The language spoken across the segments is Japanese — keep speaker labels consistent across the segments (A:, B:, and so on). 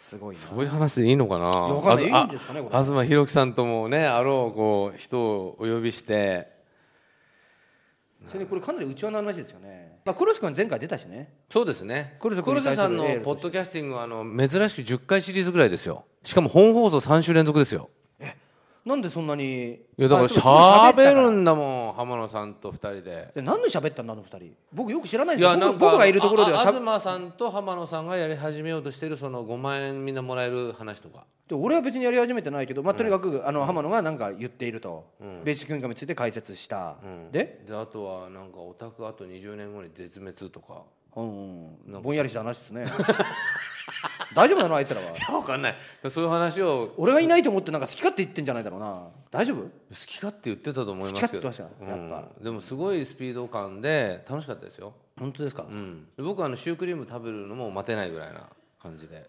A: すごいな
B: そういう話でいいのかな
A: やわかんないいいんですかねこれ
B: あ東博樹さんともねあろうこう人をお呼びして
A: それにこれかなり内輪の話ですよね、まあ、黒瀬君前回出たしね
B: そうですね
A: 黒瀬君
B: 黒
A: に対
B: 瀬
A: する
B: さんの
A: エールとして
B: ポッドキャスティングはあの珍しく10回シリーズぐらいですよしかも本放送3週連続ですよ
A: なんでそんなに
B: いやだから
A: あそうそう
B: 喋
A: 喋
B: る
A: った
B: んだもん浜野さんと2人で。
A: で何で喋ったんだあの二人僕よく知らないん
B: い
A: です
B: や
A: よ
B: なん
A: 僕
B: か
A: 僕がいるところではしゃ
B: ああ東さんと浜野さんがやり始めようとしてるその5万円みんなもらえる話とか
A: で俺は別にやり始めてないけど、まあ、とにかく、あの浜野が何か言っていると、ベーシックインカムについて解説した、で、
B: であとはなんかオタクあと20年後に絶滅とか
A: うん、ぼんやりした話ですね大丈夫なのあいつらはい
B: やわかんないだからそういう話を好
A: 俺がいないと思ってなんか好き勝手言ってんじゃないだろうな大丈夫
B: き勝手言ってたと思いますけど
A: 好き勝手言ってましたやっぱ
B: うんでもすごいスピード感で楽しかったですよ、
A: 本当ですか、
B: うん、で僕はあのシュークリーム食べるのも待てないぐらいな感じで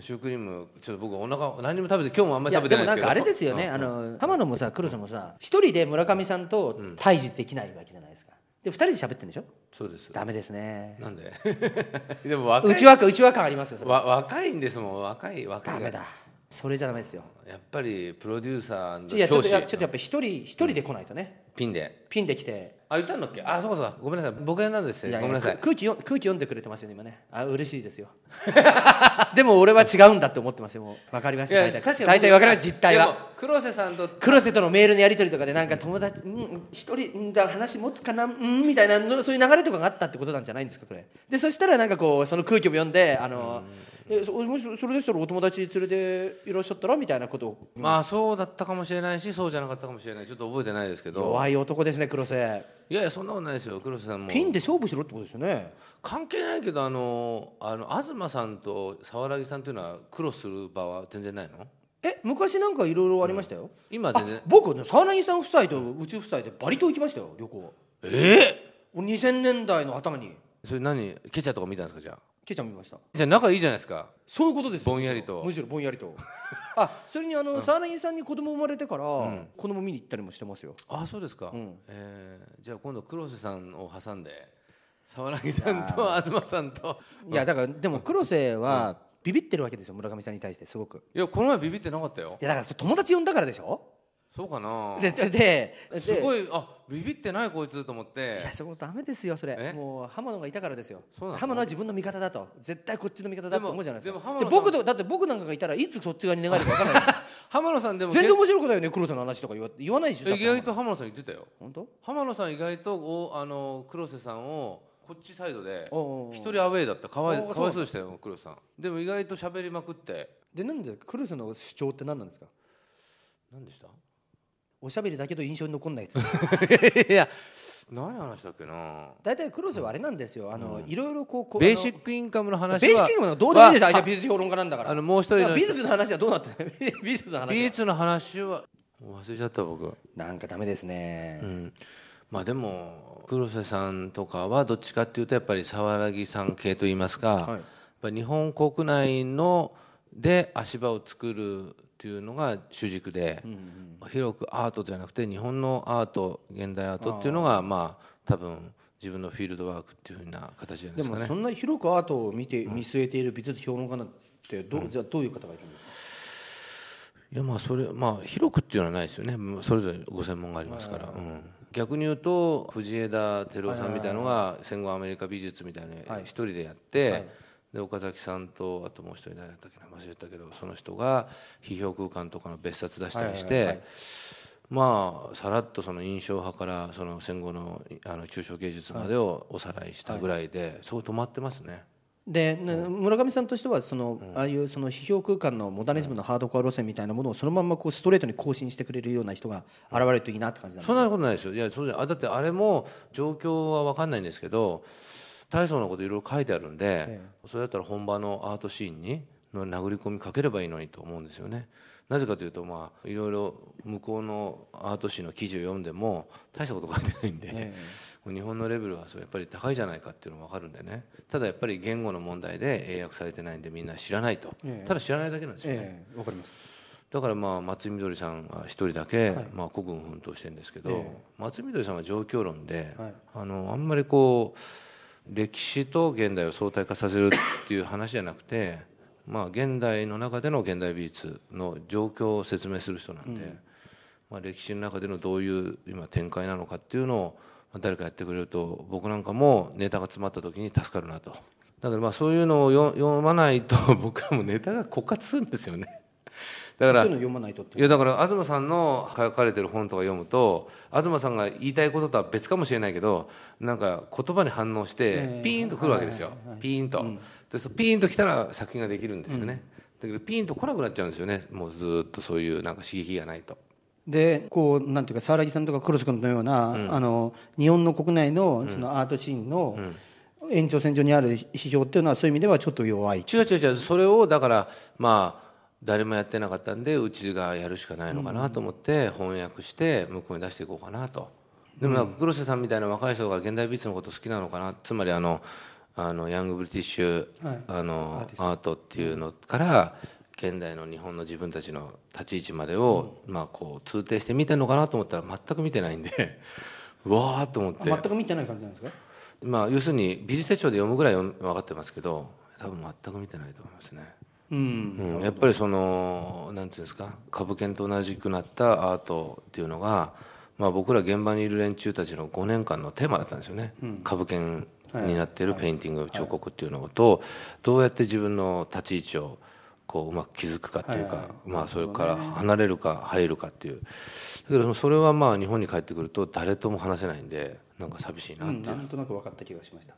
B: シュークリームちょっと僕お腹何にも食べて今日もあんま
A: い
B: り
A: や
B: 食べて
A: でもな
B: ないです
A: ん
B: けど
A: かあれですよね、あの浜野もさ黒瀬もさ一人で村上さんと対峙できないわけじゃないですかで二人で喋ってるんでしょ
B: そうです
A: ダメですね
B: なんで でも若いう
A: ちわかうちわ感ありますよそれ
B: わ若いんですもん若い若い
A: ダメだそれじゃダメですよ
B: やっぱりプロデューサ
A: いや
B: ー
A: ちょ
B: 教
A: っとい
B: 師
A: やちょっとやっぱ一人一人で来ないとね、
B: ピンで
A: ピンで来て
B: あ言ったんだっけあそうかそうかごめんなさい僕がなんです
A: いや
B: ごめんなさい
A: 空気よ空気読んでくれてますよね今ねあ嬉しいですよ でも俺は違うんだって思ってますよもう分かりました大体
B: 僕
A: 大体分かります実態
B: でも
A: は
B: 黒瀬さんと
A: 黒瀬とのメールのやり取りとかでなんか友達うん一人うんだ話持つかなうんみたいなのそういう流れとかがあったってことなんじゃないんですかこれでそしたらなんかこうその空気を読んであの、えそもしそれでしたらお友達連れていらっしゃったらみたいなことを
B: まあそうだったかもしれないしそうじゃなかったかもしれないちょっと覚えてないですけど
A: 弱い男ですね黒瀬
B: いやいやそんなことないですよ黒瀬さんも
A: ピンで勝負しろってことですよね
B: 関係ないけどあのあの東さんと沢良木さんというのは苦労する場は全然ないの
A: え昔なんかいろいろありましたよ、
B: 今
A: あ
B: 全然
A: 僕ね沢柳さん夫妻と宇宙夫妻でバリ島行きましたよ旅行
B: ええ
A: 俺2000年代の頭に
B: それ何ケチャとか見たんですかじゃあ
A: ケちゃん見ました
B: じゃあ仲いいじゃないですか
A: そういうことですよ
B: ぼんやりと
A: むしろぼんやりとあそれにあの沢柳さんに子供生まれてから、子供見に行ったりもしてますよ
B: あそうですか、えーじゃあ今度黒瀬さんを挟んで沢良木さんと東さんと
A: いやだからでも黒瀬はビビってるわけですよ村上さんに対してすごく
B: いやこの前ビビってなかったよ
A: いやだからそ友達呼んだからでしょ
B: そうかな
A: ででですい
B: ごいあビビってないこいつと思って
A: やそこダメですよそれ
B: え
A: もう浜野がいたからですよ
B: そうなの
A: 浜野は自分の味方だと絶対こっちの味方だと思うじゃないです
B: でも
A: か
B: 浜
A: で
B: 野さん
A: 僕とだって僕なんかがいたらいつそっち側に願いか分 からない
B: 浜野さんでも
A: 全然面白くないよね黒瀬の話とか言わ言わないでしょだっ
B: 意
A: て
B: 外と浜野さん言ってたよ
A: 本当
B: 浜野さん意外とおあの黒瀬さんをこっちサイドで
A: おうおうおう
B: 一人アウェーだったかわい
A: おう
B: かわいそうでしたよ黒瀬さんでも意外と喋りまくって
A: でなんでクルスの主張って何なんですか
B: 何でした
A: おしゃべりだけど印象に残んないやつ
B: いや何話したっけな
A: 大体クルスはあれなんですよあの、いろいろこうこう
B: ベーシ
A: ク
B: ックインカムの話は
A: ベーシックインカムなんかどうでもいいです
B: は
A: 相手は美術評論家なんだから
B: あのもう一人の
A: だから美術の 話はどうなってる美術の話は
B: ビーツの話はもう忘れちゃった僕
A: なんかダメですね、
B: うんまあでも黒瀬さんとかはどっちかっていうとやっぱり沢良木さん系といいますか、
A: はい
B: やっぱり日本国内ので足場を作るっていうのが主軸で、広くアートじゃなくて日本のアート現代アートっていうのがまあ多分自分のフィールドワークっていうふうな形じゃない
A: で
B: で
A: す
B: か
A: も
B: ね
A: そんな広くアートを見て、見据えている美術評論家なんてど,、うじゃあどういう方がいるんですか
B: いやまあそれまあ広くっていうのはないですよねもうそれぞれご専門がありますから、うん逆に言うと藤枝照夫さんみたいのが戦後アメリカ美術みたいに
A: はい
B: 一人でやって、で岡崎さんとあともう一人誰だったっけな忘れたけどその人が批評空間とかの別冊出したりして、
A: はいはいはい
B: まあさらっとその印象派からその戦後のあの抽象芸術までをおさらいしたぐらいで、そう止まってますね。
A: で、な村上さんとしてはその、ああいうその批評空間のモダニズムのハードコア路線みたいなものをそのまんまこうストレートに更新してくれるような人が現れるといいなって感じなんです
B: そんなことないですよいやそうじゃあだってあれも状況は分かんないんですけど大層なこといろいろ書いてあるんで、それだったら本場のアートシーンにの殴り込みかければいいのにと思うんですよねなぜかというとまあいろいろ向こうのアート誌の記事を読んでも大したこと書いてないんで、日本のレベルはそうやっぱり高いじゃないかっていうのが分かるんでねただやっぱり言語の問題で英訳されてないんでみんな知らないと、ただ知らないだけなんですよね、
A: ええわかります
B: だからまあ松井みどりさんが一人だけまあ孤軍奮闘してるんですけど、松井みどりさんは状況論で、
A: はい
B: あのあんまりこう歴史と現代を相対化させるっていう話じゃなくてまあ、現代の中での現代美術の状況を説明する人なんで、まあ、歴史の中でのどういう今展開なのかっていうのをまあ誰かやってくれると僕なんかもネタが詰まった時に助かるなとだからまあそういうのを読読まないと僕らもネタが枯渇するんですよねだから
A: そういうの読まないとって
B: いやだから東さんの書かれてる本とか読むと東さんが言いたいこととは別かもしれないけどなんか言葉に反応してピーンとくるわけですよ、ピーンと、でそうピーンときたら作品ができるんですよね、だけどピーンと来なくなっちゃうんですよねもうずーっとそういうなんか刺激がないと
A: でこうなんていうか沢木さんとか黒瀬君のような、あの日本の国内のそのアートシーンの延長線上にある批評っていうのはそういう意味ではちょっと弱い、
B: 違う違う違うそれをだからまあ誰もやってなかったんでうちがやるしかないのかなと思って翻訳して向こうに出していこうかなとでもなんか黒瀬さんみたいな若い人が現代美術のこと好きなのかなつまりあのあのヤング・ブリティッシュ
A: はい
B: あのアートっていうのから現代の日本の自分たちの立ち位置までをまあこう通底して見てるのかなと思ったら全く見てないんで うわーっと思っ
A: あ
B: て
A: 全く見てない感じなんですか
B: まあ、要するに美術手帳で読むぐらい読む分かってますけど多分全く見てないと思いますね、
A: うん
B: うん、やっぱりそのなんていうんですか株券と同じくなったアートっていうのが、まあ、僕ら現場にいる連中たちの5年間のテーマだったんですよね、株券になっているペインティング、彫刻っていうのとどうやって自分の立ち位置をこううまく気づくかっていうか、まあ、それから離れるか入るかっていうだけどそれはまあ日本に帰ってくると誰とも話せないんでなんか寂しいなっていう
A: うんなんとなく分かった気がしました